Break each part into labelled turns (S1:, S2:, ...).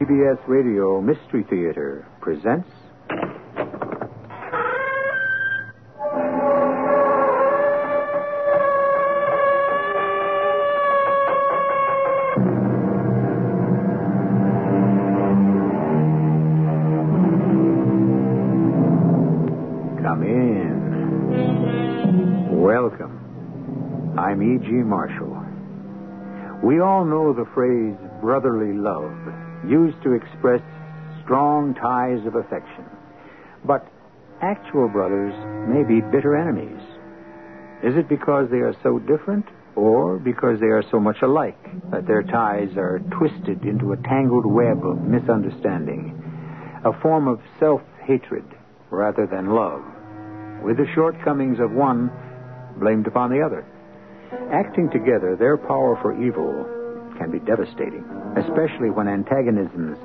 S1: CBS Radio Mystery Theater presents. Come in. Welcome. I'm E.G. Marshall. We all know the phrase brotherly love, used to express strong ties of affection. But actual brothers may be bitter enemies. Is it because they are so different, or because they are so much alike that their ties are twisted into a tangled web of misunderstanding, a form of self hatred rather than love, with the shortcomings of one blamed upon the other? Acting together, their power for evil can be devastating, especially when antagonisms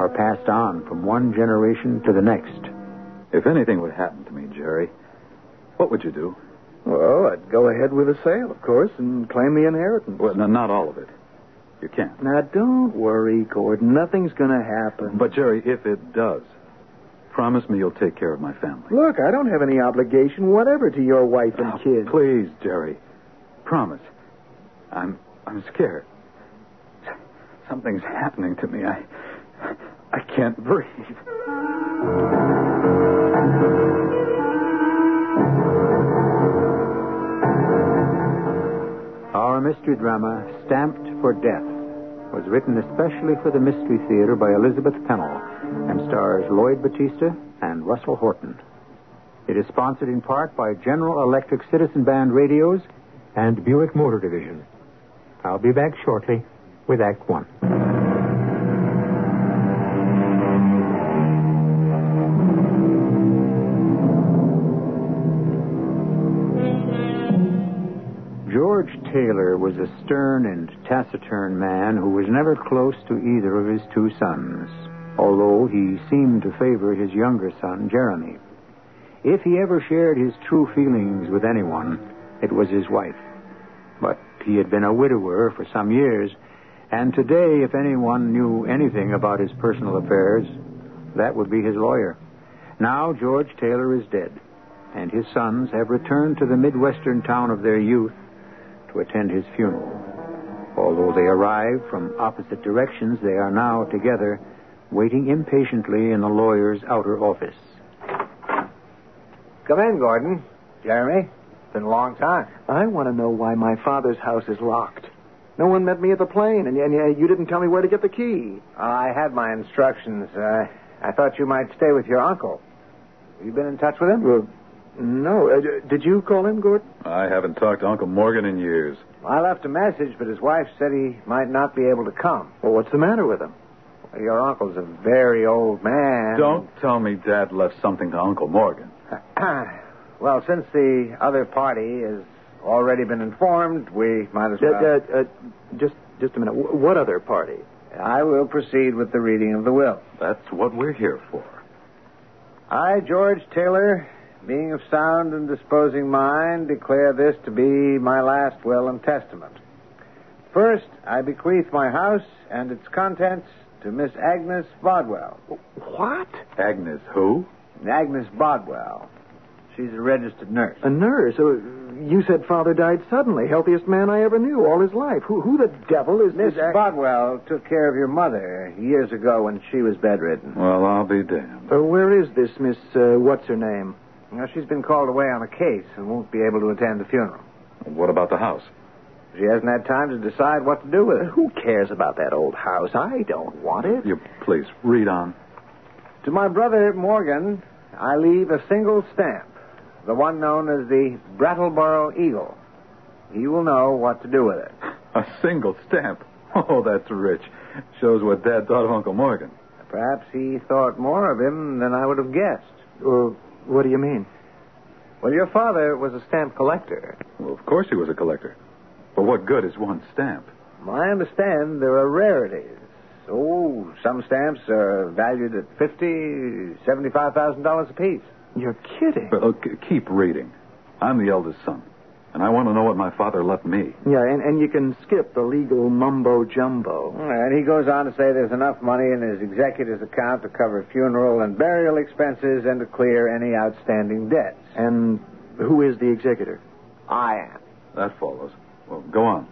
S1: are passed on from one generation to the next.
S2: If anything would happen to me, Jerry, what would you do?
S3: Well, I'd go ahead with the sale, of course, and claim the inheritance.
S2: Well, no, not all of it. You can't.
S3: Now, don't worry, Gordon. Nothing's going to happen.
S2: But, Jerry, if it does, promise me you'll take care of my family.
S3: Look, I don't have any obligation whatever to your wife and
S2: Oh,
S3: kids.
S2: Please, Jerry. Promise. I'm I'm scared. S- Something's happening to me. I I can't breathe.
S1: Our mystery drama, Stamped for Death, was written especially for the Mystery Theater by Elizabeth Pennell and stars Lloyd Batista and Russell Horton. It is sponsored in part by General Electric Citizen Band Radios and Buick Motor Division. I'll be back shortly with Act One. George Taylor was a stern and taciturn man who was never close to either of his two sons, although he seemed to favor his younger son, Jeremy. If he ever shared his true feelings with anyone, it was his wife. But he had been a widower for some years, and today, if anyone knew anything about his personal affairs, that would be his lawyer. Now, George Taylor is dead, and his sons have returned to the Midwestern town of their youth to attend his funeral. Although they arrived from opposite directions, they are now together, waiting impatiently in the lawyer's outer office.
S4: Come in, Gordon. Jeremy, it's been a long time.
S3: I want to know why my father's house is locked. No one met me at the plane, and, and uh, you didn't tell me where to get the key.
S4: I had my instructions. Uh, I thought you might stay with your uncle. Have you been in touch with him?
S3: Well, no. Uh, d- did you call him, Gordon?
S2: I haven't talked to Uncle Morgan in years.
S4: I left a message, but his wife said he might not be able to come.
S3: Well, what's the matter with him?
S4: Your uncle's a very old man.
S2: Don't tell me Dad left something to Uncle Morgan.
S4: well, since the other party has already been informed, we might as
S3: Uh,
S4: well.
S3: uh, uh, just, just a minute. Wh- what other party?
S4: I will proceed with the reading of the will.
S2: That's what we're here for.
S4: I, George Taylor, being of sound and disposing mind, declare this to be my last will and testament. First, I bequeath my house and its contents to Miss Agnes Bodwell.
S3: What?
S2: Agnes, who?
S4: Agnes Bodwell. She's a registered nurse.
S3: A nurse. Uh, you said father died suddenly. Healthiest man I ever knew all his life. Who, who the devil is
S4: Miss
S3: this? Ac-
S4: Bodwell took care of your mother years ago when she was bedridden.
S2: Well, I'll be damned.
S3: Uh, where is this Miss? Uh, what's her name?
S4: Now, she's been called away on a case and won't be able to attend the funeral.
S2: What about the house?
S4: She hasn't had time to decide what to do with it.
S3: Who cares about that old house? I don't want it.
S2: You please read on.
S4: To my brother Morgan, I leave a single stamp, the one known as the Brattleboro Eagle. He will know what to do with it.
S2: A single stamp. Oh, that's rich. Shows what Dad thought of Uncle Morgan.
S4: Perhaps he thought more of him than I would have guessed.
S3: Well, Oh, what do you mean?
S4: Well, your father was a stamp collector.
S2: Well, of course he was a collector. But what good is one stamp?
S4: I understand there are rarities. Oh, some stamps are valued at fifty, seventy-five thousand dollars apiece.
S3: You're kidding.
S2: But, oh, k- keep reading. I'm the eldest son. And I want to know what my father left me.
S1: Yeah, and, and you can skip the legal mumbo jumbo.
S4: And he goes on to say there's enough money in his executor's account to cover funeral and burial expenses and to clear any outstanding debts.
S1: And who is the executor?
S4: I am.
S2: That follows. Well, go on.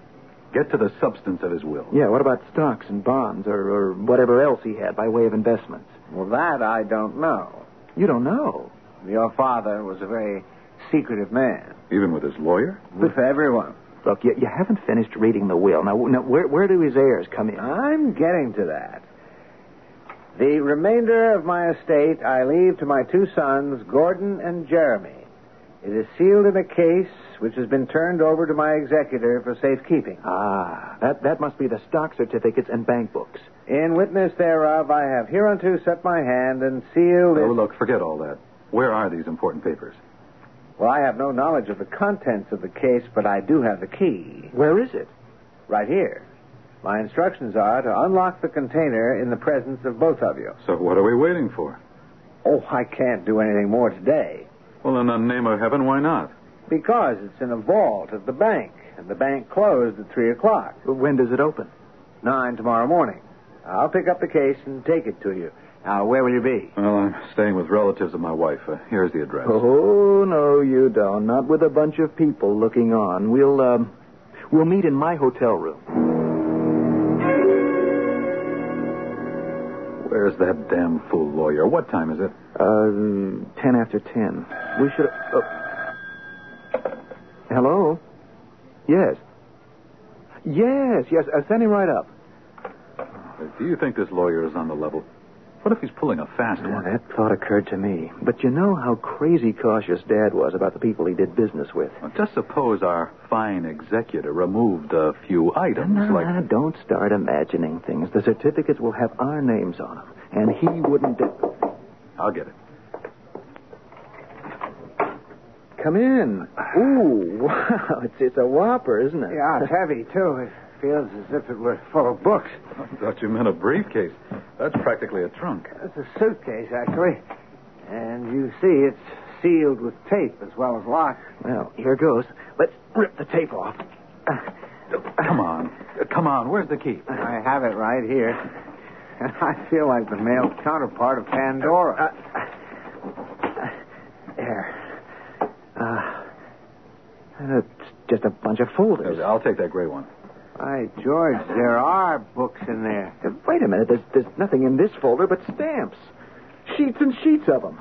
S2: Get to the substance of his will.
S1: Yeah, what about stocks and bonds or, or whatever else he had by way of investments?
S4: Well, that I don't know.
S1: You don't know.
S4: Your father was a very secretive man
S2: Even with his lawyer?
S4: with everyone.
S1: Look, you, you haven't finished reading the will. Now, now where, where do his heirs come in?
S4: I'm getting to that. The remainder of my estate I leave to my two sons, Gordon and Jeremy. It is sealed in a case which has been turned over to my executor for safekeeping.
S1: Ah, that, that must be the stock certificates and bank books.
S4: In witness thereof, I have hereunto set my hand and sealed
S2: Oh,
S4: it.
S2: look, forget all that. Where are these important papers?
S4: Well, I have no knowledge of the contents of the case, but I do have the key.
S1: Where is it?
S4: Right here. My instructions are to unlock the container in the presence of both of you.
S2: So what are we waiting for?
S4: Oh, I can't do anything more today.
S2: Well, in the name of heaven, why not?
S4: Because it's in a vault at the bank, and the bank closed at 3 o'clock,
S1: When does it open?
S4: 9 tomorrow morning. I'll pick up the case and take it to you. Now, where will you be?
S2: Well, I'm staying with relatives of my wife. Uh, here's the address.
S1: Oh no, you don't. Not with a bunch of people looking on. We'll um, we'll meet in my hotel room.
S2: Where's that damn fool lawyer? What time is it?
S1: Uh, ten after ten. We should. Oh. Hello. Yes. Yes, yes. Uh, send him right up.
S2: Do you think this lawyer is on the level? What if he's pulling a fast
S1: Now,
S2: one?
S1: that thought occurred to me. But you know how crazy cautious Dad was about the people he did business with.
S2: Well, just suppose our fine executor removed a few items,
S1: No,
S2: like
S1: no, don't start imagining things. The certificates will have our names on them, and he wouldn't. do-
S2: I'll get it.
S1: Come in. Ooh, wow. It's, it's a whopper, isn't it?
S4: Yeah, it's heavy, too. It feels as if it were full of books.
S2: I thought you meant a briefcase. That's practically a trunk.
S4: It's a suitcase, actually. And you see, it's sealed with tape as well as locked.
S1: Well, here goes. Let's rip the tape off.
S2: Come on, come on. Where's the key?
S4: I have it right here. And I feel like the male counterpart of Pandora.
S1: uh, There. Uh, it's just a bunch of folders.
S2: I'll take that gray one.
S4: By George, there are books in there.
S1: Uh, Wait a minute. There's, there's nothing in this folder but stamps. Sheets and sheets of them.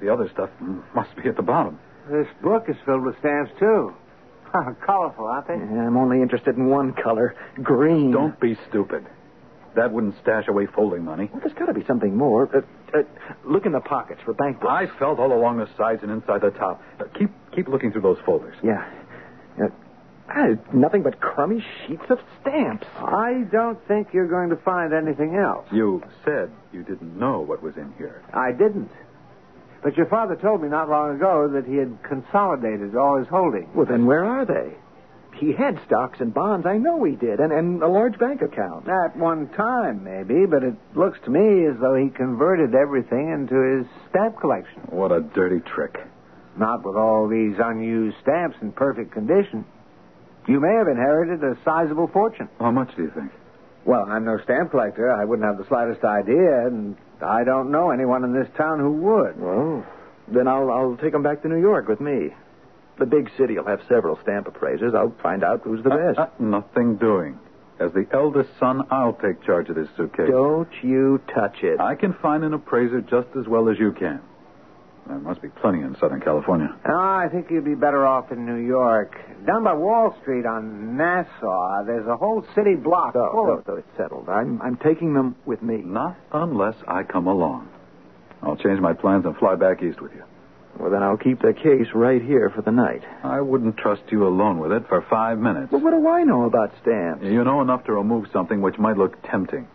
S2: The other stuff must be at the bottom.
S4: This book is filled with stamps, too. Colorful, aren't they?
S1: I'm only interested in one color green.
S2: Don't be stupid. That wouldn't stash away folding money.
S1: Well, there's got to be something more. Uh, uh, look in the pockets for bank books.
S2: I felt all along the sides and inside the top. Uh, Keep keep looking through those folders.
S1: Yeah. Uh, ah, nothing but crummy sheets of stamps.
S4: I don't think you're going to find anything else.
S2: You said you didn't know what was in here.
S4: I didn't. But your father told me not long ago that he had consolidated all his holdings.
S1: Well, then where are they? He had stocks and bonds. I know he did, and, and a large bank account.
S4: At one time, maybe, but it looks to me as though he converted everything into his stamp collection.
S2: What a dirty trick.
S4: Not with all these unused stamps in perfect condition. You may have inherited a sizable fortune.
S2: How much do you think?
S4: Well, I'm no stamp collector. I wouldn't have the slightest idea, and I don't know anyone in this town who would.
S1: Well, then I'll, I'll take them back to New York with me. The big city will have several stamp appraisers. I'll find out who's the best.
S2: Uh, uh, nothing doing. As the eldest son, I'll take charge of this suitcase.
S1: Don't you touch it.
S2: I can find an appraiser just as well as you can. There must be plenty in Southern California.
S4: No, Ah, I think you'd be better off in New York. Down by Wall Street on Nassau, there's a whole city block
S1: so,
S4: full
S1: so,
S4: of
S1: so Oh, it's settled. I'm, I'm taking them with me.
S2: Not unless I come along. I'll change my plans and fly back east with you.
S1: Well, then I'll keep the case right here for the night.
S2: I wouldn't trust you alone with it for five minutes.
S1: Well, what do I know about stamps?
S2: You know enough to remove something which might look tempting.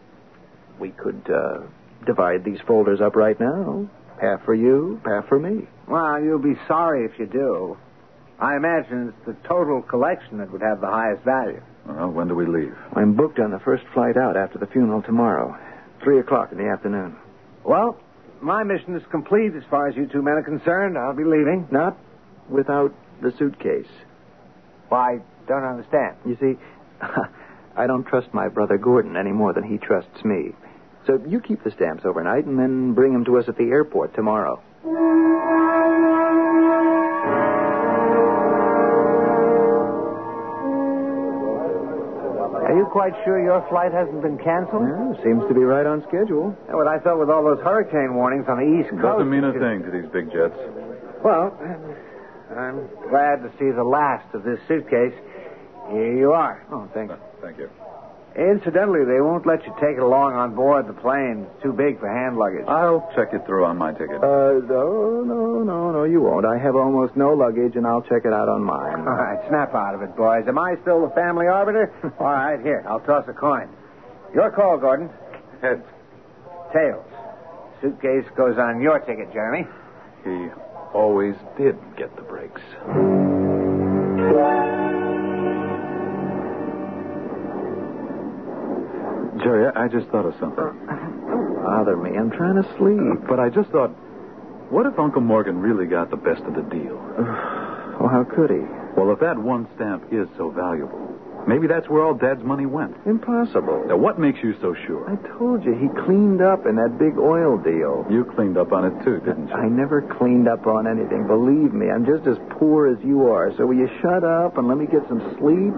S1: We could uh, divide these folders up right now. Half for you, half for me.
S4: Well, you'll be sorry if you do. I imagine it's the total collection that would have the highest value.
S2: Well, when do we leave?
S1: I'm booked on the first flight out after the funeral tomorrow, three o'clock in the afternoon.
S4: Well, my mission is complete as far as you two men are concerned. I'll be leaving.
S1: Not without the suitcase.
S4: Why, don't understand.
S1: You see, I don't trust my brother Gordon any more than he trusts me. So you keep the stamps overnight and then bring them to us at the airport tomorrow.
S4: Are you quite sure your flight hasn't been canceled?
S1: seems to be right on schedule.
S4: Yeah, what I thought with all those hurricane warnings on the East Coast.
S2: Doesn't mean a thing to these big jets.
S4: Well, I'm glad to see the last of this suitcase. Here you are.
S1: Oh, thanks.
S2: No, thank you.
S4: Incidentally, they won't let you take it along on board the plane. It's too big for hand luggage.
S2: I'll check it through on my ticket.
S1: Uh, no, no, no, no, you won't. I have almost no luggage, and I'll check it out on mine.
S4: All right, snap out of it, boys. Am I still the family arbiter? All right, here, I'll toss a coin. Your call, Gordon.
S2: Heads.
S4: Tails. Suitcase goes on your ticket, Jeremy.
S2: He always did get the breaks. Jerry, I I just thought of something.
S1: Bother me. I'm trying to sleep.
S2: But I just thought, what if Uncle Morgan really got the best of the deal?
S1: Oh, how could he?
S2: Well, if that one stamp is so valuable, maybe that's where all Dad's money went.
S1: Impossible.
S2: Now, what makes you so sure?
S1: I told you he cleaned up in that big oil deal.
S2: You cleaned up on it too, didn't
S1: I never cleaned up on anything. Believe me, I'm just as poor as you are. So will you shut up and let me get some sleep?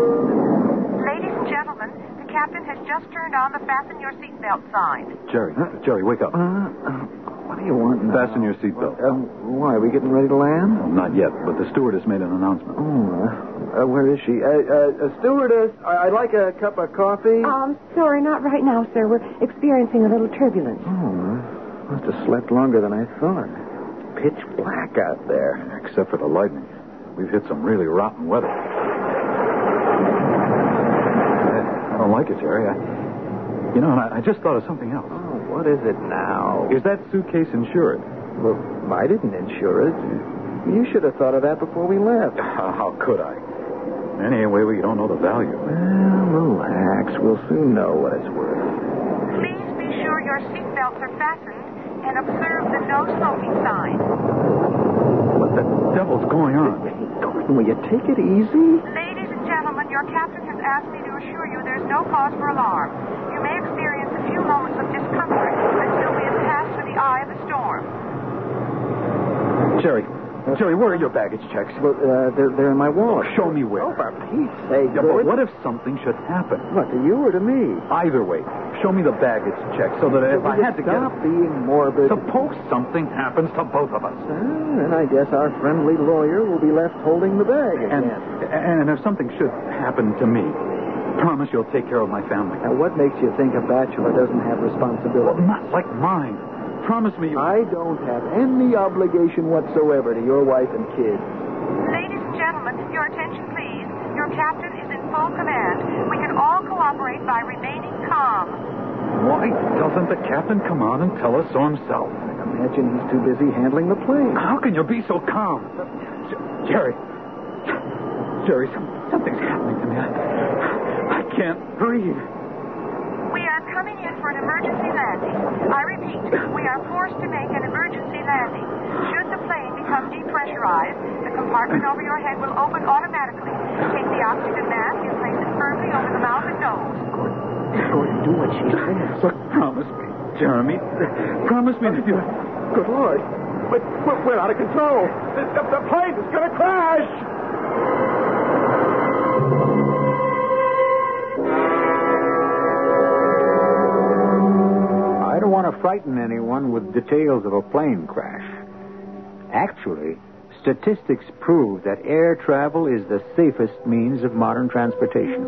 S5: Ladies and gentlemen, the captain has just turned on the fasten your seatbelt sign.
S2: Jerry, Jerry, wake up.
S1: Uh, uh, what do you want? Now?
S2: Fasten your seatbelt.
S1: Uh, why? Are we getting ready to land?
S2: Not yet, but the stewardess made an announcement.
S1: Oh, uh, uh, where is she? Uh, uh, uh, stewardess, I- I'd like a cup of coffee.
S6: Oh.
S7: Um, sorry, not right now, sir. We're experiencing a little turbulence.
S1: Oh, I must have slept longer than I thought. Pitch black out there.
S2: Except for the lightning. We've hit some really rotten weather. I I don't like it, Jerry. I, you know, and I, I just thought of something else.
S1: Oh, what is it now?
S2: Is that suitcase insured?
S1: Well, I didn't insure it. You should have thought of that before we left.
S2: How could I? Anyway, we don't know the value.
S1: Well, relax. We'll soon know what it's worth.
S5: Please be sure your seatbelts are fastened and observe the no smoking sign.
S2: What the devil's going on?
S1: Hey, Gordon, will you take it easy?
S5: Ladies and gentlemen, your captain has asked me to assure you there's no cause for alarm. You may experience a few moments of discomfort until we have passed through the eye of the storm.
S2: Jerry, Jerry, where are your baggage checks?
S1: Well, uh, they're, they're in my wallet.
S2: Show me where.
S1: Oh, for Pete's sake,
S2: Yeah, but
S1: Gordon.
S2: what if something should happen?
S1: What, to you or to me?
S2: Either way, show me the baggage check so that if I had to
S1: Stop
S2: get...
S1: being morbid.
S2: Suppose something happens to both of us.
S1: Ah, then I guess our friendly lawyer will be left holding the bag
S2: And,
S1: again.
S2: and if something should happen to me, promise you'll take care of my family.
S1: Now, what makes you think a bachelor doesn't have
S2: Well,
S1: responsibility?
S2: not like mine. Promise me. you-
S1: I don't have any obligation whatsoever to your wife and kids.
S5: Ladies and gentlemen, your attention please. Your captain is in full command. We can all cooperate by remaining calm.
S2: Why doesn't the captain come on and tell us so himself?
S1: Imagine he's too busy handling the plane.
S2: How can you be so calm? Jer- Jerry. Jerry, some, something's happening to me. I, I can't breathe.
S5: We are coming in for an emergency landing. I repeat, we are forced to make an emergency landing. Should the plane become depressurized, the compartment over your head will open automatically. Take the oxygen mask and place it firmly over the mouth and nose.
S1: Gordon, do what she says.
S2: Look, promise me, Jeremy. Promise me that you.
S1: Good Lord.
S2: But we're, we're out of control. The, the, the plane is going to crash.
S8: I don't want to frighten anyone with details of a plane crash. Actually, statistics prove that air travel is the safest means of modern transportation.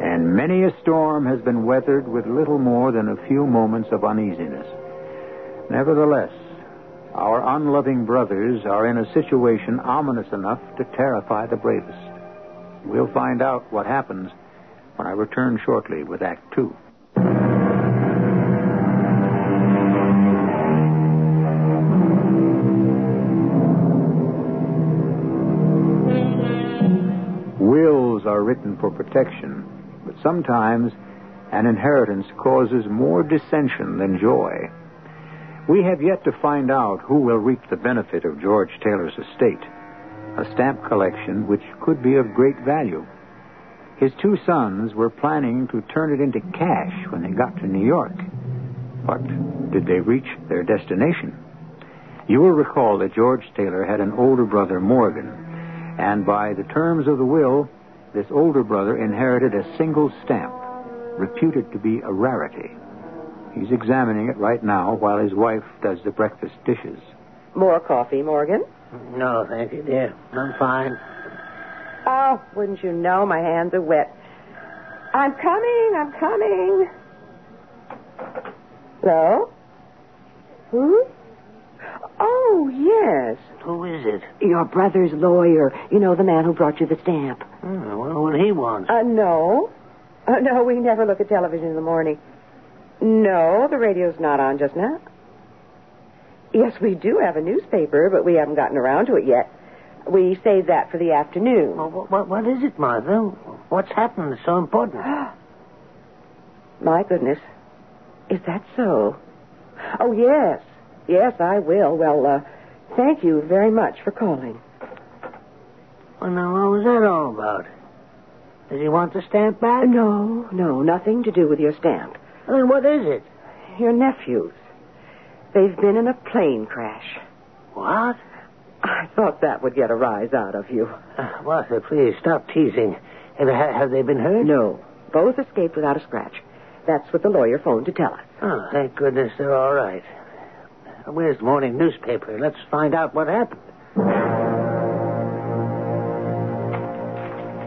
S8: And many a storm has been weathered with little more than a few moments of uneasiness. Nevertheless, our unloving brothers are in a situation ominous enough to terrify the bravest. We'll find out what happens when I return shortly with Act Two. Wills are written for protection, but sometimes an inheritance causes more dissension than joy. We have yet to find out who will reap the benefit of George Taylor's estate, a stamp collection which could be of great value. His two sons were planning to turn it into cash when they got to New York. But did they reach their destination? You will recall that George Taylor had an older brother, Morgan, and by the terms of the will, this older brother inherited a single stamp, reputed to be a rarity. He's examining it right now while his wife does the breakfast dishes.
S6: More coffee, Morgan?
S9: No, thank you, dear. I'm fine.
S6: Oh, wouldn't you know? My hands are wet. I'm coming. I'm coming. Hello? Who? Oh, yes.
S9: Who is it?
S6: Your brother's lawyer. You know, the man who brought you the stamp.
S9: Oh, well, what he wants.
S6: Uh, no. Uh, no, we never look at television in the morning. No, the radio's not on just now. Yes, we do have a newspaper, but we haven't gotten around to it yet. We saved that for the afternoon.
S9: Well, what, what, what is it, Martha? What's happened that's so important?
S6: My goodness. Is that so? Oh, yes. Yes, I will. Well, uh, thank you very much for calling.
S9: Well, now, what was that all about? Does he want the stamp back?
S6: No, no, nothing to do with your stamp.
S9: Well, Then what is it?
S6: Your nephews. They've been in a plane crash.
S9: What?
S6: I thought that would get a rise out of you.
S9: Uh, Martha, please stop teasing. Have, ha- have they been hurt?
S6: No, both escaped without a scratch. That's what the lawyer phoned to tell us.
S9: Oh, thank goodness they're all right. Where's the morning newspaper? Let's find out what happened.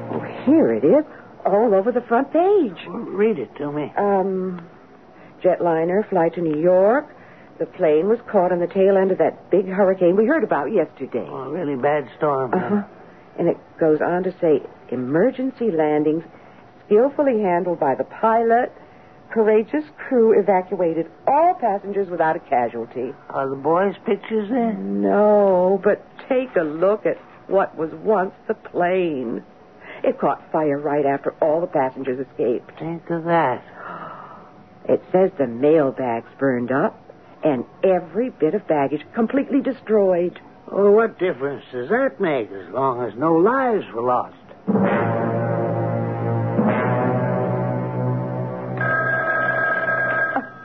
S6: Oh, here it is, all over the front page.
S9: Well, read it to me.
S6: Um, jetliner flight to New York. The plane was caught on the tail end of that big hurricane we heard about yesterday.
S9: Oh, a really bad storm. huh?
S6: Uh-huh. And it goes on to say emergency landings skillfully handled by the pilot, courageous crew evacuated all passengers without a casualty.
S9: Are the boys' pictures there?
S6: No, but take a look at what was once the plane. It caught fire right after all the passengers escaped.
S9: Think of that.
S6: It says the mail bags burned up and every bit of baggage completely destroyed.
S9: Well, what difference does that make as long as no lives were lost?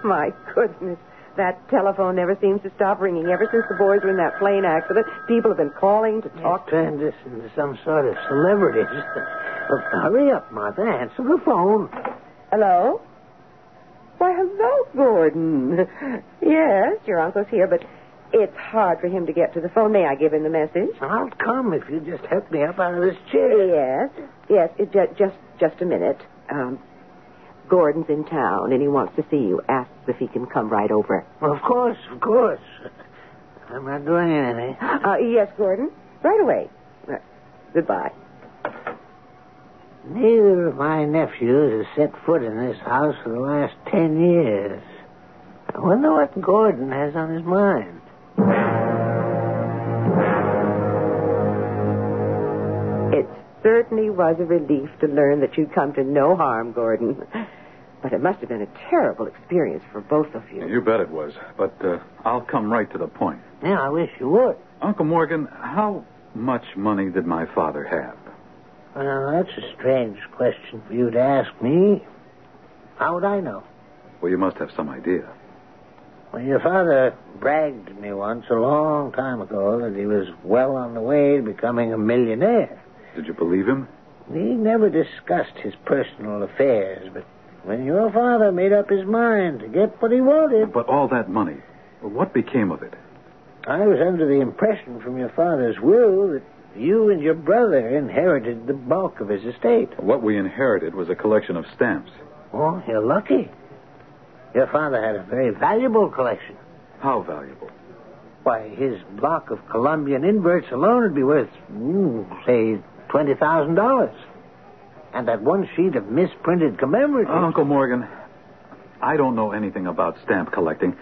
S6: My goodness. That telephone never seems to stop ringing. Ever since the boys were in that plane accident, people have been calling to talk.
S9: Talk turned this into some sort of celebrity. Well, hurry up, Martha. Answer the phone.
S6: Hello? Why, hello, Gordon. Yes, your uncle's here, but it's hard for him to get to the phone. May I give him the message?
S9: I'll come if you just help me up out of this chair.
S6: Yes, yes. It ju- just just a minute. Um, Gordon's in town and he wants to see you. Asks if he can come right over.
S9: Well, of course, of course. I'm not doing anything.
S6: Uh, yes, Gordon. Right away. Uh, goodbye.
S9: Neither of my nephews has set foot in this house for the last ten years. I wonder what Gordon has on his mind.
S6: It certainly was a relief to learn that you'd come to no harm, Gordon. But it must have been a terrible experience for both of you.
S2: You bet it was. But uh, I'll come right to the point.
S9: Yeah, I wish you would.
S2: Uncle Morgan, how much money did my father have?
S9: Well, that's a strange question for you to ask me. How would I know?
S2: Well, you must have some idea.
S9: Well, your father bragged to me once a long time ago that he was well on the way to becoming a millionaire.
S2: Did you believe him?
S9: He never discussed his personal affairs, but when your father made up his mind to get what he wanted,
S2: But all that money, what became of it?
S9: I was under the impression from your father's will that you and your brother inherited the bulk of his estate.
S2: What we inherited was a collection of stamps.
S9: Oh, you're lucky. Your father had a very valuable collection.
S2: How valuable?
S9: Why, his block of Colombian inverts alone would be worth, mm, say, $20,000. And that one sheet of misprinted commemoratives.
S2: Uh, Uncle Morgan, I don't know anything about stamp collecting.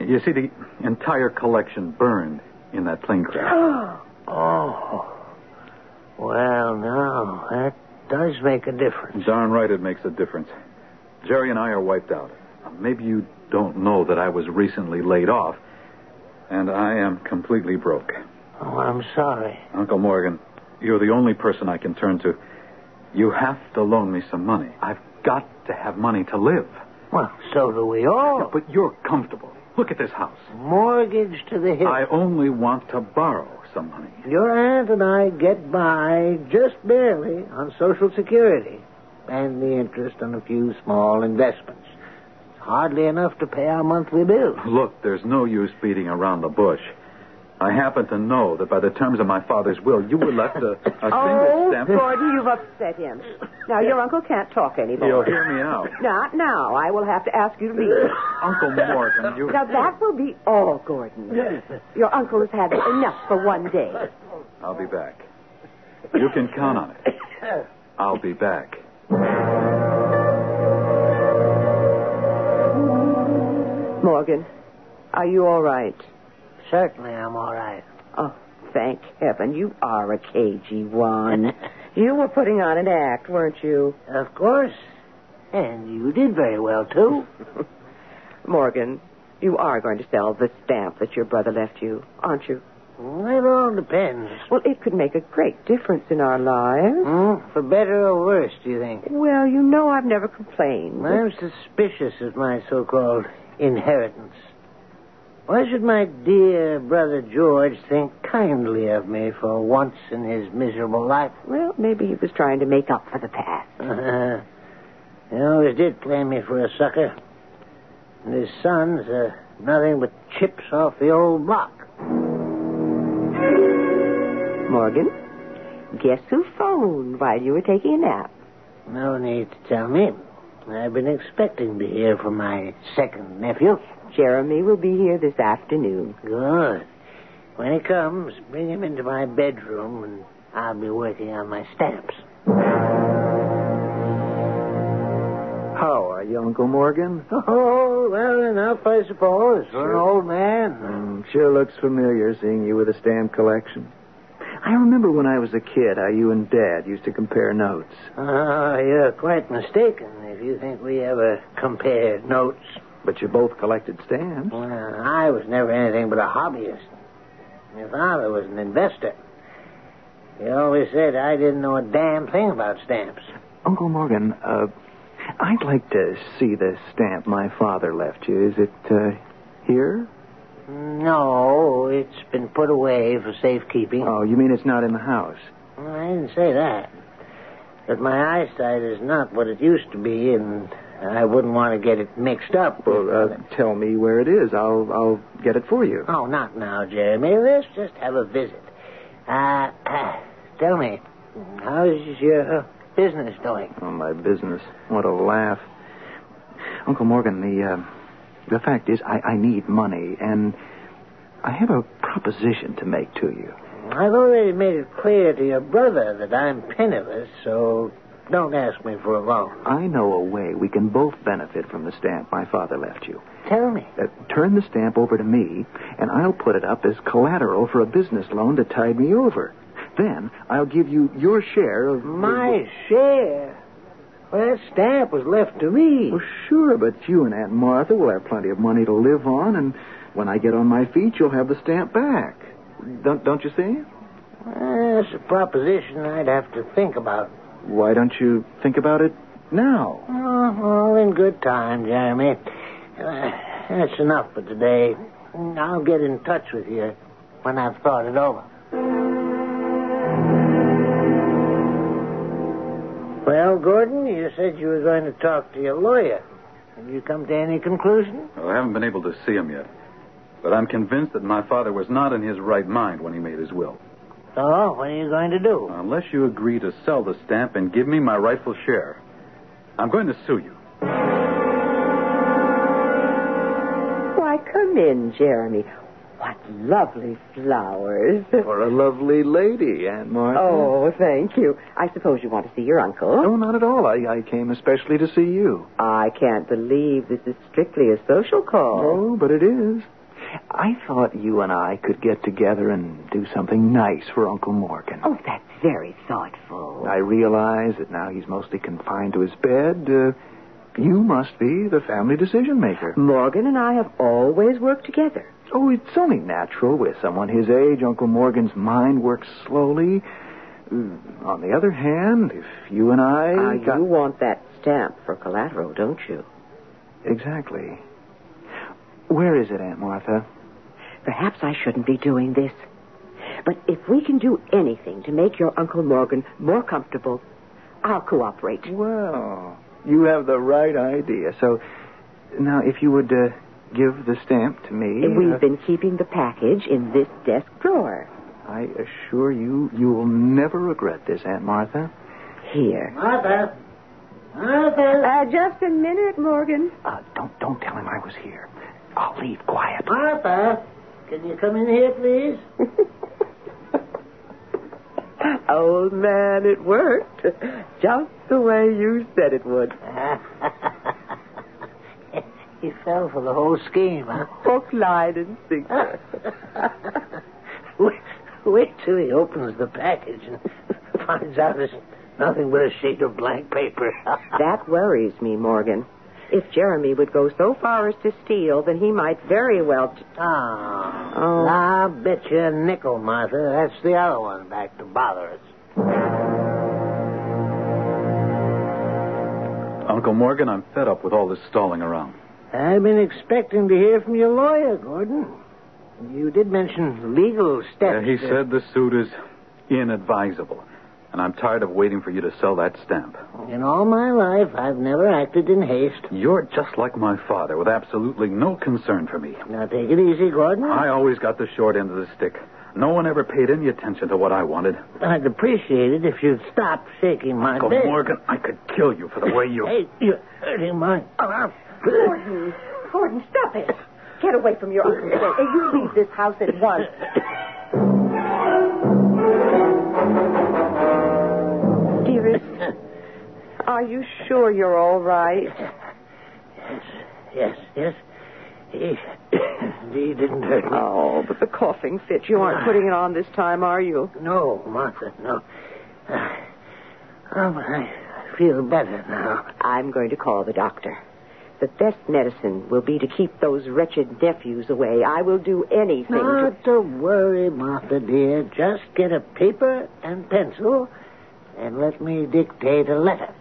S2: You see, the entire collection burned in that plane crash.
S9: Oh. Well, now, that does make a difference.
S2: Darn right it makes a difference. Jerry and I are wiped out. Maybe you don't know that I was recently laid off, and I am completely broke.
S9: Oh, I'm sorry.
S2: Uncle Morgan, you're the only person I can turn to. You have to loan me some money. I've got to have money to live.
S9: Well, so do we all.
S2: Yeah, but you're comfortable. Look at this house.
S9: Oh. Mortgage to the hip.
S2: I only want to borrow some money.
S9: Your aunt and I get by just barely on Social Security and the interest on a few small investments. It's hardly enough to pay our monthly bills.
S2: Look, there's no use beating around the bush. I happen to know that by the terms of my father's will, you were left a, a single
S6: Oh,
S2: stamp.
S6: Gordon, you've upset him. Now, your uncle can't talk
S2: You'll
S6: anymore.
S2: hear me out.
S6: Not now. I will have to ask you to leave.
S2: Uncle Morgan, you.
S6: Now, that will be all, Gordon. Your uncle has had enough for one day.
S2: I'll be back. You can count on it. I'll be back.
S6: Morgan, are you all right?
S9: Certainly, I'm all right.
S6: Oh, thank heaven. You are a cagey one. you were putting on an act, weren't you?
S9: Of course. And you did very well, too.
S6: Morgan, you are going to sell the stamp that your brother left you, aren't you?
S9: It all depends.
S6: Well, it could make a great difference in our lives.
S9: Hmm? For better or worse, do you think?
S6: Well, you know I've never complained.
S9: I'm suspicious of my so called inheritance. Why should my dear brother George think kindly of me for once in his miserable life?
S6: Well, maybe he was trying to make up for the past.
S9: he always did claim me for a sucker. And his sons are nothing but chips off the old block.
S6: Morgan, guess who phoned while you were taking a nap?
S9: No need to tell me. I've been expecting to hear from my second nephew.
S6: Jeremy will be here this afternoon.
S9: Good. When he comes, bring him into my bedroom and I'll be working on my stamps.
S1: How are you, Uncle Morgan?
S9: Oh, well enough, I suppose, for
S1: Sure.
S9: an old man.
S1: Um, sure looks familiar seeing you with a stamp collection. I remember when I was a kid how you and Dad used to compare notes.
S9: Ah, you're quite mistaken if you think we ever compared notes.
S1: But you both collected stamps.
S9: Well, I was never anything but a hobbyist. Your father was an investor. He always said I didn't know a damn thing about stamps.
S1: Uncle Morgan, uh, I'd like to see the stamp my father left you. Is it uh, here?
S9: No, it's been put away for safekeeping.
S1: Oh, you mean it's not in the house?
S9: Well, I didn't say that. But my eyesight is not what it used to be, and I wouldn't want to get it mixed up. with
S1: Well, uh, tell me where it is. I'll I'll get it for you.
S9: Oh, not now, Jeremy. Let's just have a visit. Uh, tell me, how's your business doing?
S1: Oh, my business. What a laugh. Uncle Morgan, the uh, the fact is, I, I need money, and I have a proposition to make to you.
S9: I've already made it clear to your brother that I'm penniless, so don't ask me for a loan.
S1: I know a way we can both benefit from the stamp my father left you.
S9: Tell me.
S1: Uh, turn the stamp over to me, and I'll put it up as collateral for a business loan to tide me over. Then I'll give you your share of
S9: My share? Well, that stamp was left to me.
S1: Well, sure, but you and Aunt Martha will have plenty of money to live on, and when I get on my feet, you'll have the stamp back. Don't, don't you see?
S9: Well, that's a proposition I'd have to think about.
S1: Why don't you think about it now?
S9: Oh, all in good time, Jeremy. Uh, that's enough for today. I'll get in touch with you when I've thought it over. Well, Gordon, you said you were going to talk to your lawyer. Have you come to any conclusion?
S2: Well, I haven't been able to see him yet. But I'm convinced that my father was not in his right mind when he made his will.
S9: So, what are you going to do?
S2: Unless you agree to sell the stamp and give me my rightful share, I'm going to sue you.
S6: Why, come in, Jeremy. What lovely flowers.
S1: You're a lovely lady, Aunt Martha.
S6: Oh, thank you. I suppose you want to see your uncle.
S1: Oh, No, not at all. I, I came especially to see you.
S6: I can't believe this is strictly a social call.
S1: Oh, but it is. I thought you and I could get together and do something nice for Uncle Morgan.
S6: Oh, that's very thoughtful.
S1: I realize that now he's mostly confined to his bed. Uh, You must be the family decision maker.
S6: Morgan and I have always worked together.
S1: Oh, it's only natural with someone his age. Uncle Morgan's mind works slowly. Mm, On the other hand, if you and I.
S6: Ah,
S1: got-
S6: you want that stamp for collateral, don't you?
S1: Exactly. Where is it, Aunt Martha?
S6: Perhaps I shouldn't be doing this. But if we can do anything to make your Uncle Morgan more comfortable, I'll cooperate.
S1: Well, you have the right idea. So, now if you would uh, give the stamp to me. uh,
S6: We've been keeping the package in this desk drawer.
S1: I assure you, you will never regret this, Aunt Martha.
S6: Here.
S9: Martha! Martha!
S6: Uh, just a minute, Morgan.
S1: Uh, don't don't tell him I was here. I'll leave quietly.
S9: Martha! Can you come in here, please?
S6: Old man, it worked. Just the way you said it would.
S9: you fell for the whole scheme, huh?
S6: Hook, line, and sinker.
S9: wait, wait till he opens the package and finds out it's nothing but a sheet of blank paper.
S6: That worries me, Morgan. If Jeremy would go so far as to steal, then he might very well. T-
S9: Ah,
S6: Oh.
S9: I bet you a nickel, Martha. That's the other one back to bother us.
S2: Uncle Morgan, I'm fed up with all this stalling around.
S9: I've been expecting to hear from your lawyer, Gordon. You did mention legal
S2: Oh, Yeah,
S9: steps.
S2: he
S9: to-
S2: said the suit is inadvisable, and I'm tired of waiting for you to sell that stamp.
S9: In all my life, I've never acted in haste.
S2: You're just like my father, with absolutely no concern for me.
S9: Now take it easy, Gordon.
S2: I always got the short end of the stick. No one ever paid any attention to what I wanted.
S9: I'd appreciate it if you'd stop shaking my
S2: Uncle
S9: bed.
S2: Morgan, I could kill you for the way you.
S9: Hey, you're hurting my arm.
S6: Gordon, Gordon, stop it. Get away from your uncle. Hey, You leave this house at once. Dearest, are you sure you're all right?
S9: Yes, yes. He, he didn't hurt me.
S6: Oh, but the coughing fit. You aren't putting it on this time, are you?
S9: No, Martha, no. Oh, but I feel better now.
S6: Ah. I'm going to call the doctor. The best medicine will be to keep those wretched nephews away. I will do anything to.
S9: Not to worry, Martha, dear. Just get a paper and pencil and let me dictate a letter.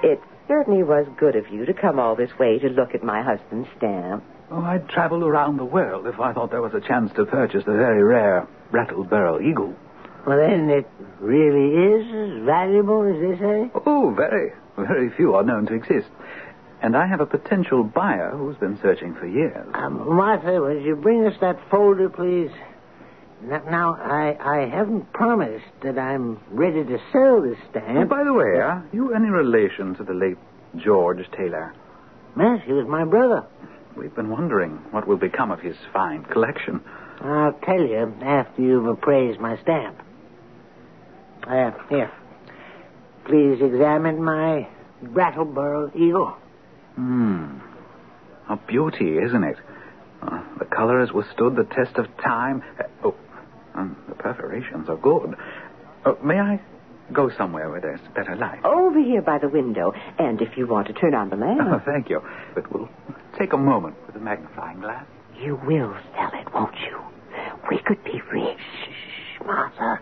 S6: It certainly was good of you to come all this way to look at my husband's stamp.
S2: Oh, I'd travel around the world if I thought there was a chance to purchase the very rare rattle barrel eagle.
S9: Well, then it really is as valuable as they say?
S2: Oh, very, very few are known to exist. And I have a potential buyer who's been searching for years.
S9: Um, Martha, would you bring us that folder, please? N- Now, I, I haven't promised that I'm ready to sell this
S2: And
S9: stamp.
S2: by the way, are you any relation to the late George Taylor?
S9: Matthew was my brother.
S2: We've been wondering what will become of his fine collection.
S9: I'll tell you after you've appraised my stamp. Uh, here. Please examine my Brattleboro Eagle.
S2: Hmm. A beauty, isn't it? Uh, the color has withstood the test of time. Uh, oh, um, the perforations are good. Uh, may I go somewhere where there's better light?
S6: Over here by the window, and if you want to turn on the
S2: Oh,
S6: lamp,
S2: thank you. It will take a moment with the magnifying glass.
S6: you will sell it, won't you? We could be rich.
S9: Shh, Martha.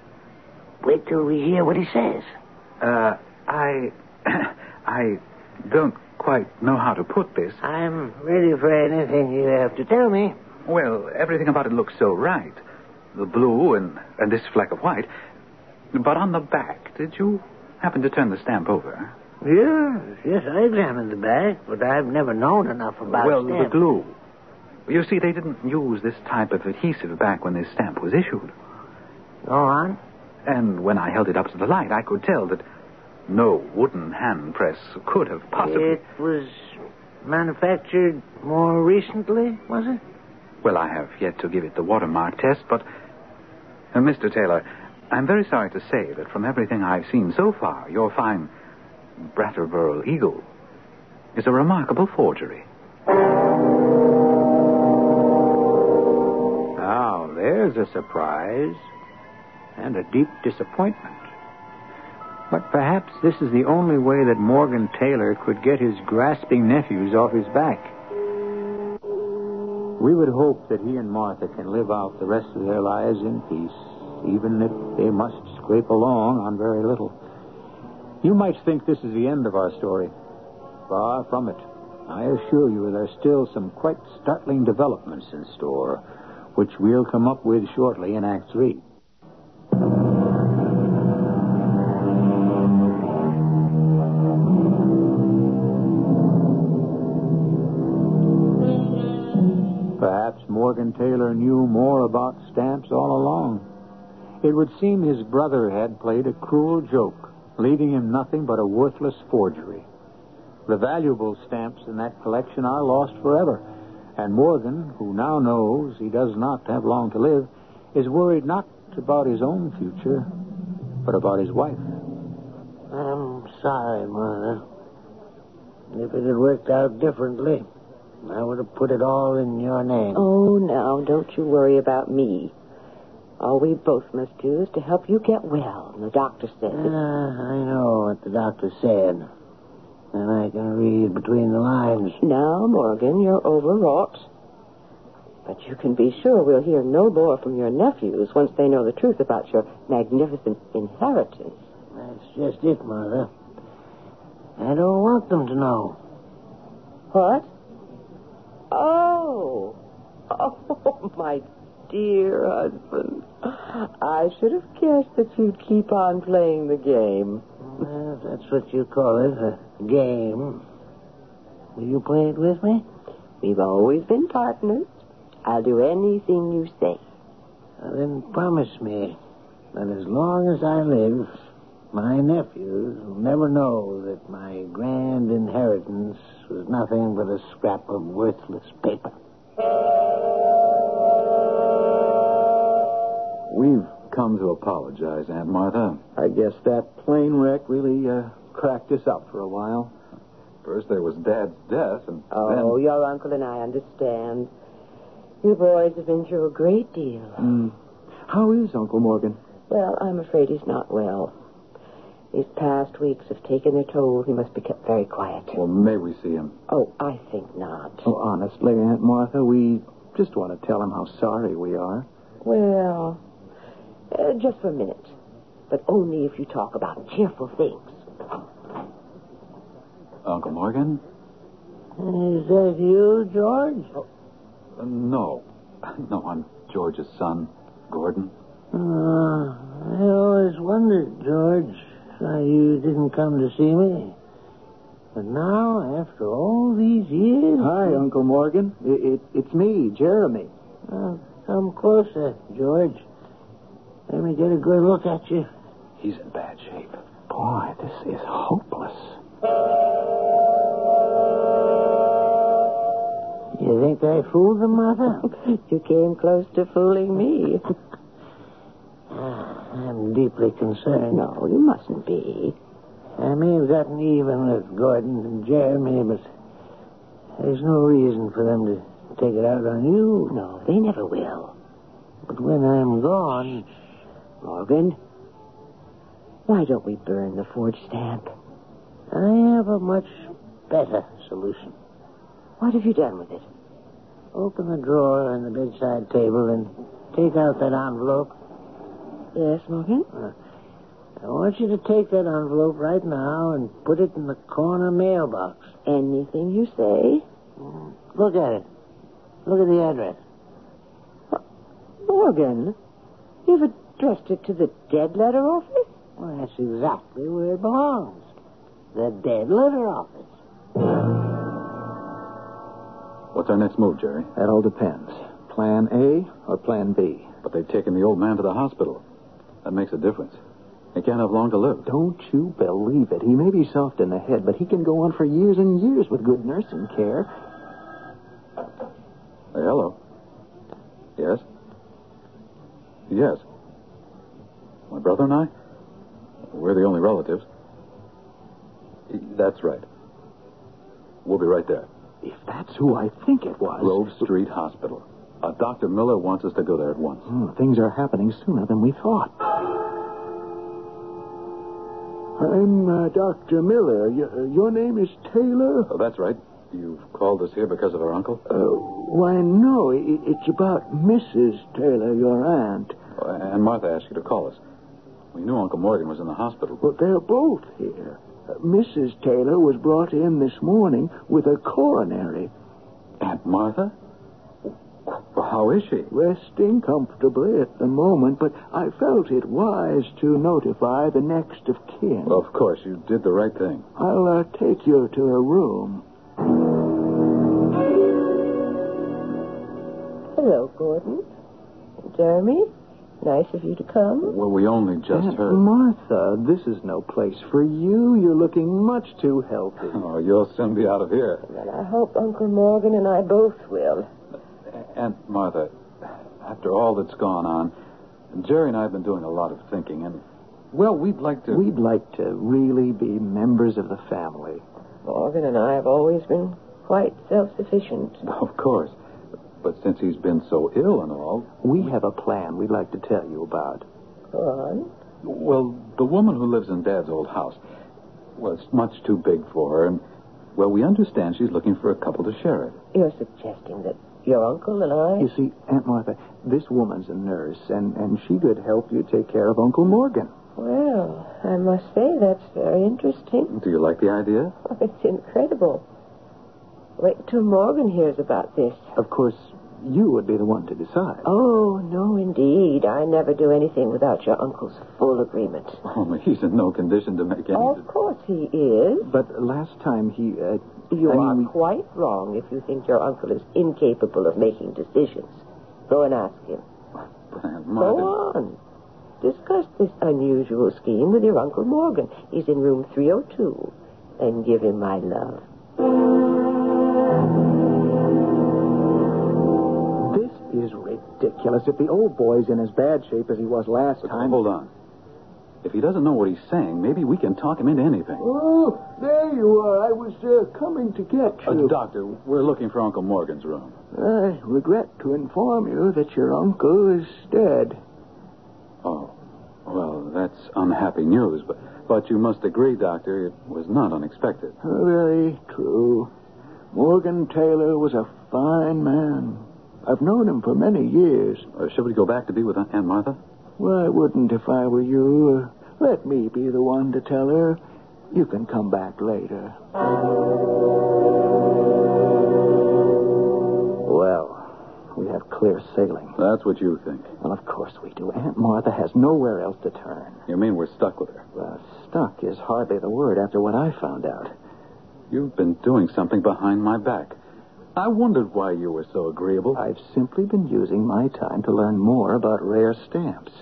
S9: Wait till we hear what he says.
S2: Uh, I. I don't quite know how to put this.
S9: I'm ready for anything you have to tell me.
S2: Well, everything about it looks so right. The blue and, and this fleck of white. But on the back, did you happen to turn the stamp over?
S9: Yes, yes, I examined the bag, but I've never known enough about
S2: well, the
S9: stamps.
S2: glue. You see, they didn't use this type of adhesive back when this stamp was issued.
S9: Go on.
S2: And when I held it up to the light, I could tell that no wooden hand press could have possibly.
S9: It was manufactured more recently, was it?
S2: Well, I have yet to give it the watermark test, but. Uh, Mr. Taylor, I'm very sorry to say that from everything I've seen so far, your fine Brattleboro Eagle is a remarkable forgery.
S8: Now, there's a surprise and a deep disappointment.
S4: But perhaps this is the only way that Morgan Taylor could get his grasping nephews off his back. We would hope that he and Martha can live out the rest of their lives in peace, even if they must scrape along on very little. You might think this is the end of our story. Far from it. I assure you there's still some quite startling developments in store, which we'll come up with shortly in Act Three. Perhaps Morgan Taylor knew more about stamps all along. It would seem his brother had played a cruel joke, leaving him nothing but a worthless forgery. The valuable stamps in that collection are lost forever, and Morgan, who now knows he does not have long to live, is worried not about his own future, but about his wife.
S9: I'm sorry, Martha. If it had worked out differently, I would have put it all in your name.
S6: Oh, now, don't you worry about me. All we both must do is to help you get well, and the doctor says.
S9: Ah, I know what the doctor said. And I can read between the lines.
S6: Now, Morgan, you're overwrought. But you can be sure we'll hear no more from your nephews once they know the truth about your magnificent inheritance.
S9: That's just it, Mother. I don't want them to know.
S6: What? Oh. Oh, my dear husband. I should have guessed that you'd keep on playing the game.
S9: Well, if that's what you call it, a game. Will you play it with me?
S6: We've always been partners. I'll do anything you say.
S9: Uh, Then promise me that as long as I live, my nephews will never know that my grand inheritance was nothing but a scrap of worthless paper.
S2: We've come to apologize, Aunt Martha.
S1: I guess that plane wreck really uh, cracked us up for a while.
S2: First there was Dad's death, and
S6: Oh, your uncle and I understand. You boys have been through a great deal.
S1: mm, How is Uncle Morgan?
S6: Well, I'm afraid he's not well. These past weeks have taken their toll. He must be kept very quiet.
S2: well, may we see him?
S6: Oh, I think not.
S1: Oh, honestly, Aunt Martha, we just want to tell him how sorry we are.
S6: Well, uh, just for a minute. But only if you talk about cheerful things.
S2: Uncle Morgan?
S9: Is that you, George?
S2: Uh, no. No, I'm George's son, Gordon.
S9: Uh, I always wondered, George, why you didn't come to see me. But now, after all these years.
S1: Hi, Uncle Morgan. It, it, it's me, Jeremy.
S9: Uh, come closer, George. Let me get a good look at you.
S2: He's in bad shape. Boy, this is hopeless.
S9: You think I fooled them, Martha?
S6: You came close to fooling me.
S9: Ah, I'm deeply concerned.
S6: No, you mustn't be.
S9: I may have gotten even with Gordon and Jeremy, but there's no reason for them to take it out on you.
S6: No, they never will.
S9: But when I'm gone,
S6: Morgan, why don't we burn the forged stamp?
S9: I have a much better solution.
S6: What have you done with it?
S9: Open the drawer in the bedside table and take out that envelope. Uh,
S6: Yes, Morgan?
S9: I want you to take that envelope right now and put it in the corner mailbox. Mm.
S6: Anything you say.
S9: Look at it. Look at the address.
S6: Uh, Morgan, you've addressed it to the dead letter office?
S9: Well, that's exactly where it belongs. The dead letter office.
S2: What's our next move, Jerry?
S1: That all depends. Plan A or Plan B?
S2: But they've taken the old man to the hospital. That makes a difference. He can't have long to live.
S1: Don't you believe it. He may be soft in the head, but he can go on for years and years with good nursing care.
S2: Hey, hello. Yes? Yes. My brother and I? We're the only relatives. Y- That's right. We'll be right there.
S1: If that's who I think it was.
S2: Grove Street Hospital. Uh, Dr. Miller wants us to go there at once.
S1: Hmm, things are happening sooner than we thought. I'm uh, Dr. Miller. Y- uh, your name is Taylor?
S2: Oh, that's right. You've called us here because of her uncle?
S1: Uh, why, no, it- it's about Mrs. Taylor, your aunt.
S2: Oh, and Martha asked you to call us. We knew Uncle Morgan was in the hospital.
S1: Well, they're both here. Uh, Mrs. Taylor was brought in this morning with a coronary,
S2: Aunt Martha? Well, how is she?
S1: resting comfortably at the moment, but I felt it wise to notify the next of kin.
S2: Well, of course, you did the right thing.
S1: I'll uh, take you to her room.
S6: Hello, Gordon. Jeremy, nice of you to come.
S2: Well, we only just
S1: Aunt
S2: heard.
S1: Martha, this is no place for you. You're looking much too healthy.
S2: Oh, you'll soon be out of here.
S6: Well, I hope Uncle Morgan and I both will.
S2: Aunt Martha, after all that's gone on, Jerry and I have been doing a lot of thinking, and, well, we'd like to.
S1: We'd like to really be members of the family.
S6: Morgan and I have always been quite self-sufficient.
S2: Of course. But since he's been so ill and all.
S1: We have a plan we'd like to tell you about.
S6: Go on.
S2: Well, the woman who lives in Dad's old house. Well, it's much too big for her, and, well, we understand she's looking for a couple to share it.
S6: You're suggesting that your uncle and I...
S1: You see, Aunt Martha, this woman's a nurse, and, and she could help you take care of Uncle Morgan.
S6: Well, I must say that's very interesting.
S2: Do you like the idea?
S6: Oh, it's incredible. Wait till Morgan hears about this.
S1: Of course, you would be the one to decide.
S6: Oh, no, indeed. I never do anything without your uncle's full agreement.
S2: Only he's in no condition to make any.
S6: Of course he is.
S1: But last time he, uh,
S6: You
S1: I mean,
S6: are
S1: we-
S6: quite wrong if you think your uncle is incapable of making decisions. Go and ask him.
S2: But Aunt
S6: Go
S2: Martha.
S6: on. Discuss this unusual scheme with your Uncle Morgan. He's in room 302. And give him my love.
S1: This is ridiculous. If the old boy's in as bad shape as he was last
S2: But
S1: time.
S2: Hold on. If he doesn't know what he's saying, maybe we can talk him into anything.
S1: Oh, there you are. I was uh, coming to get you.
S2: Uh, doctor, we're looking for Uncle Morgan's room.
S1: I regret to inform you that your uncle is dead.
S2: Oh, well, that's unhappy news, but, but you must agree, Doctor, it was not unexpected.
S1: Very true. Morgan Taylor was a fine man. I've known him for many years.
S2: Uh, should we go back to be with Aunt Martha?
S1: Well, I wouldn't if I were you. Uh, let me be the one to tell her. You can come back later. Well, we have clear sailing.
S2: That's what you think.
S1: Well, of course we do. Aunt Martha has nowhere else to turn.
S2: You mean we're stuck with her?
S1: Well, stuck is hardly the word after what I found out.
S2: You've been doing something behind my back. I wondered why you were so agreeable.
S1: I've simply been using my time to learn more about rare stamps.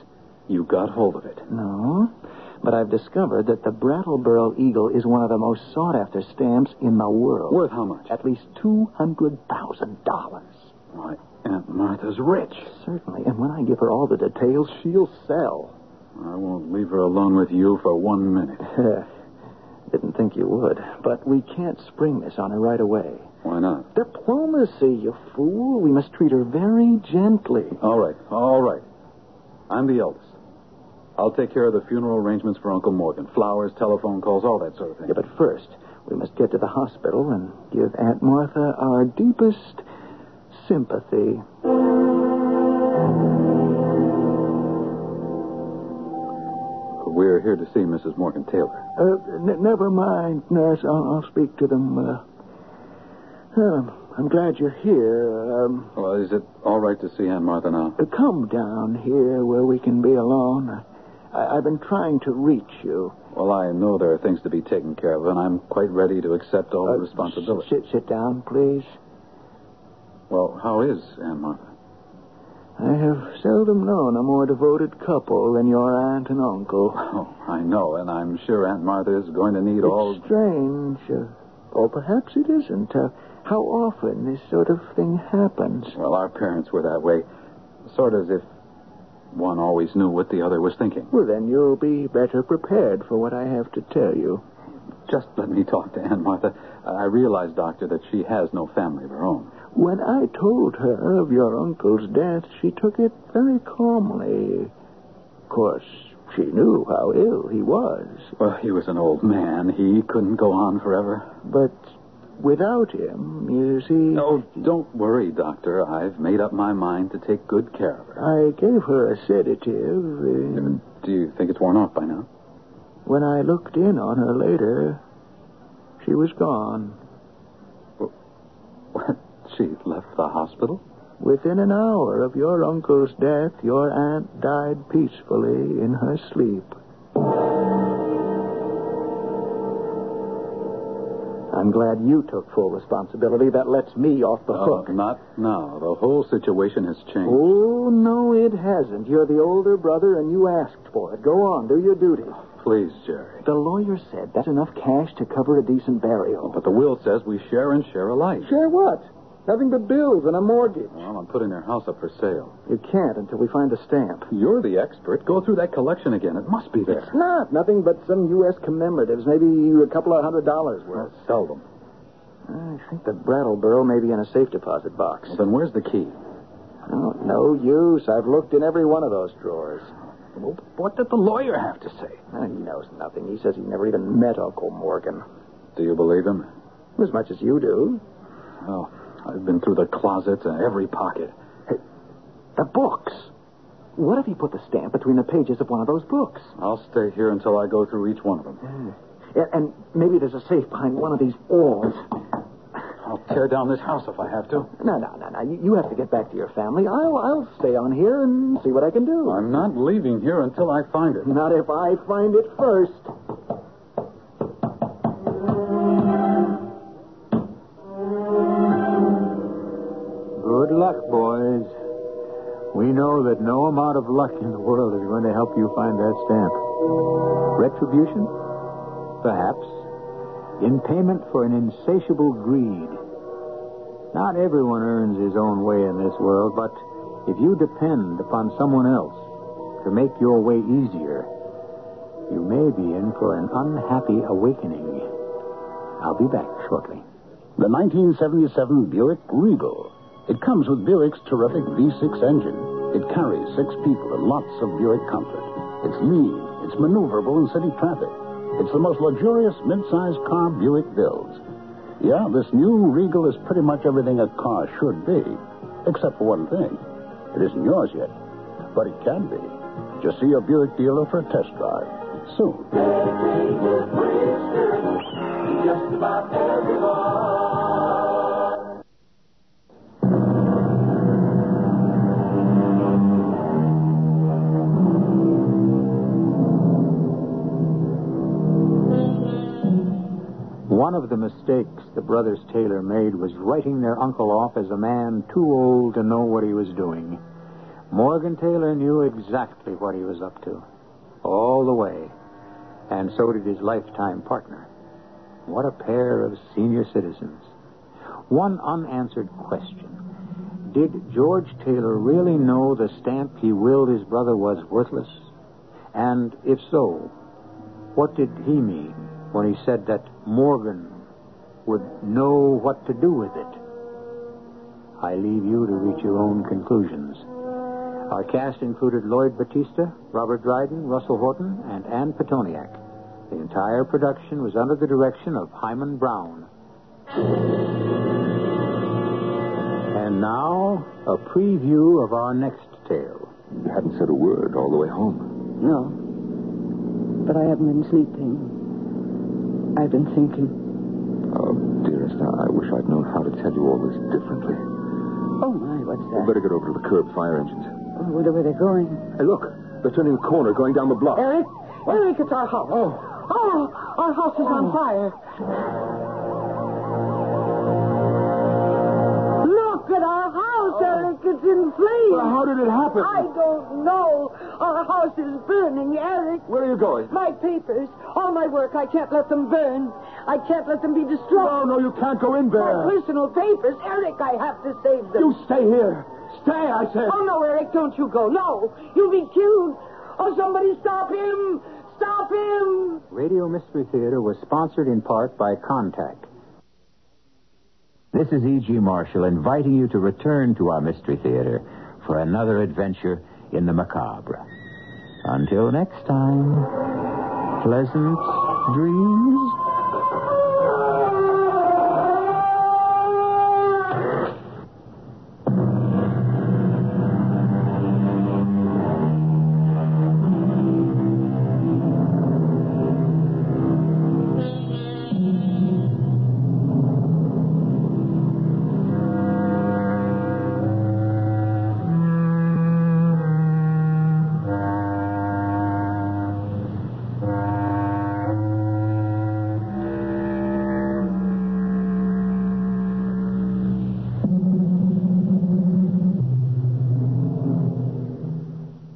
S2: You got hold of it.
S1: No, but I've discovered that the Brattleboro Eagle is one of the most sought after stamps in the world.
S2: Worth how much?
S1: At least $200,000.
S2: Why, Aunt Martha's rich.
S1: Certainly, and when I give her all the details, she'll sell.
S2: I won't leave her alone with you for one minute.
S1: Didn't think you would, but we can't spring this on her right away.
S2: Why not?
S1: Diplomacy, you fool. We must treat her very gently.
S2: All right, all right. I'm the eldest. I'll take care of the funeral arrangements for Uncle Morgan flowers, telephone calls, all that sort of thing.
S1: Yeah, but first, we must get to the hospital and give Aunt Martha our deepest sympathy.
S2: We're here to see Mrs. Morgan Taylor.
S1: Uh, n- never mind, nurse. I'll, I'll speak to them. Uh, um, I'm glad you're here. Um,
S2: Well, is it all right to see Aunt Martha now?
S1: uh, come down here where we can be alone. I- I've been trying to reach you.
S2: Well, I know there are things to be taken care of, and I'm quite ready to accept all
S1: Uh,
S2: the responsibility.
S1: Sit, sit down, please.
S2: Well, how is Aunt Martha?
S1: I have seldom known a more devoted couple than your aunt and uncle.
S2: Oh, I know, and I'm sure Aunt Martha is going to need all.
S1: It's strange, uh, or perhaps it isn't. Uh, how often this sort of thing happens?
S2: Well, our parents were that way. Sort of as if one always knew what the other was thinking.
S1: Well, then you'll be better prepared for what I have to tell you.
S2: Just let me talk to Aunt Martha. I realize, Doctor, that she has no family of her own.
S1: When I told her of your uncle's death, she took it very calmly. Of course, She knew how ill he was.
S10: Well, he was an old man. He couldn't go on forever.
S1: But without him, you see.
S10: No, don't worry, Doctor. I've made up my mind to take good care of her.
S1: I gave her a sedative. And
S10: Do you think it's worn off by now?
S1: when I looked in on her later, she was gone.
S10: What? She left the hospital?
S1: Within an hour of your uncle's death, your aunt died peacefully in her sleep. I'm glad you took full responsibility. That lets me off the
S10: Oh,
S1: hook.
S10: not now. The whole situation has changed.
S1: Oh, no, it hasn't. You're the older brother, and you asked for it. Go on, do your duty.
S10: Please, Jerry.
S1: The lawyer said that's enough cash to cover a decent burial.
S10: Oh, But the will says we share and share alike.
S1: Share what? Nothing but bills and a mortgage.
S10: Well, I'm putting their house up for sale.
S1: You can't until we find a stamp.
S10: You're the expert. Go through that collection again. It must be there.
S1: It's not. Nothing but some U.S. commemoratives, maybe a couple of hundred dollars
S10: Well,
S1: worth.
S10: seldom.
S1: I think the Brattleboro may be in a safe deposit box.
S10: Then where's the key?
S1: Oh, no use. I've looked in every one of those drawers.
S10: Well, What did the lawyer have to say?
S1: Uh, He knows nothing. He says he never even met Uncle Morgan.
S10: Do you believe him?
S1: As much as you do.
S10: Oh, I've been through the closets and
S1: uh,
S10: every pocket.
S1: The books. What if he put the stamp between the pages of one of those books?
S10: I'll stay here until I go through each one of them.
S1: Yeah, and maybe there's a safe behind one of these walls.
S10: I'll tear down this house if I have to.
S1: No, no, no, no. You, you have to get back to your family. I'll, I'll stay on here and see what I can do.
S10: I'm not leaving here until I find it.
S1: Not if I find it first.
S4: Good luck, boys. We know that no amount of luck in the world is going to help you find that stamp. Retribution? Perhaps. In payment for an insatiable greed. Not everyone earns his own way in this world, but if you depend upon someone else to make your way easier, you may be in for an unhappy awakening. I'll be back shortly.
S2: The 1977 Buick Regal. It comes with Buick's terrific V6 engine. It carries six people and lots of Buick comfort. It's lean, it's maneuverable in city traffic. It's the most luxurious midsize car Buick builds. Yeah, this new Regal is pretty much everything a car should be, except for one thing. It isn't yours yet, but it can be. Just see your Buick dealer for a test drive soon.
S4: One of the mistakes the brothers Taylor made was writing their uncle off as a man too old to know what he was doing. Morgan Taylor knew exactly what he was up to, all the way, and so did his lifetime partner. What a pair of senior citizens. One unanswered question Did George Taylor really know the stamp he willed his brother was worthless? And if so, what did he mean when he said that Morgan would know what to do with it? I leave you to reach your own conclusions. Our cast included Lloyd Batista, Robert Dryden, Russell Horton, and Ann Petoniak. The entire production was under the direction of Hyman Brown. And now, a preview of our next tale.
S2: You hadn't said a word all the way home.
S6: No. But I haven't been sleeping. I've been thinking.
S2: Oh, dearest, I I wish I'd known how to tell you all this differently.
S6: Oh, my,
S2: We
S6: what's that?
S2: better get over to the curb, fire engines.
S6: Oh, where where they going?
S2: Hey, look, they're turning the corner, going down the block.
S6: Eric! Eric, it's our house. Oh. Oh, our house is on fire. Look at our house, Eric. It's in flames.
S2: Well, how did it happen?
S6: I don't know. Our house is burning, Eric.
S2: Where are you going?
S6: My papers, all my work, I can't let them burn. I can't let them be destroyed.
S2: no, you can't go in
S6: My personal papers, Eric, I have to save them.
S2: stay here. Stay, I said.
S6: Oh, no, Eric, don't you go. No, you'll be killed. Oh, somebody stop him. Stop him.
S4: Radio Mystery Theater was sponsored in part by Contact. E
S11: This is E.G. Marshall inviting you to return to our Mystery Theater for another adventure in the macabre.
S4: Until next time, pleasant dreams.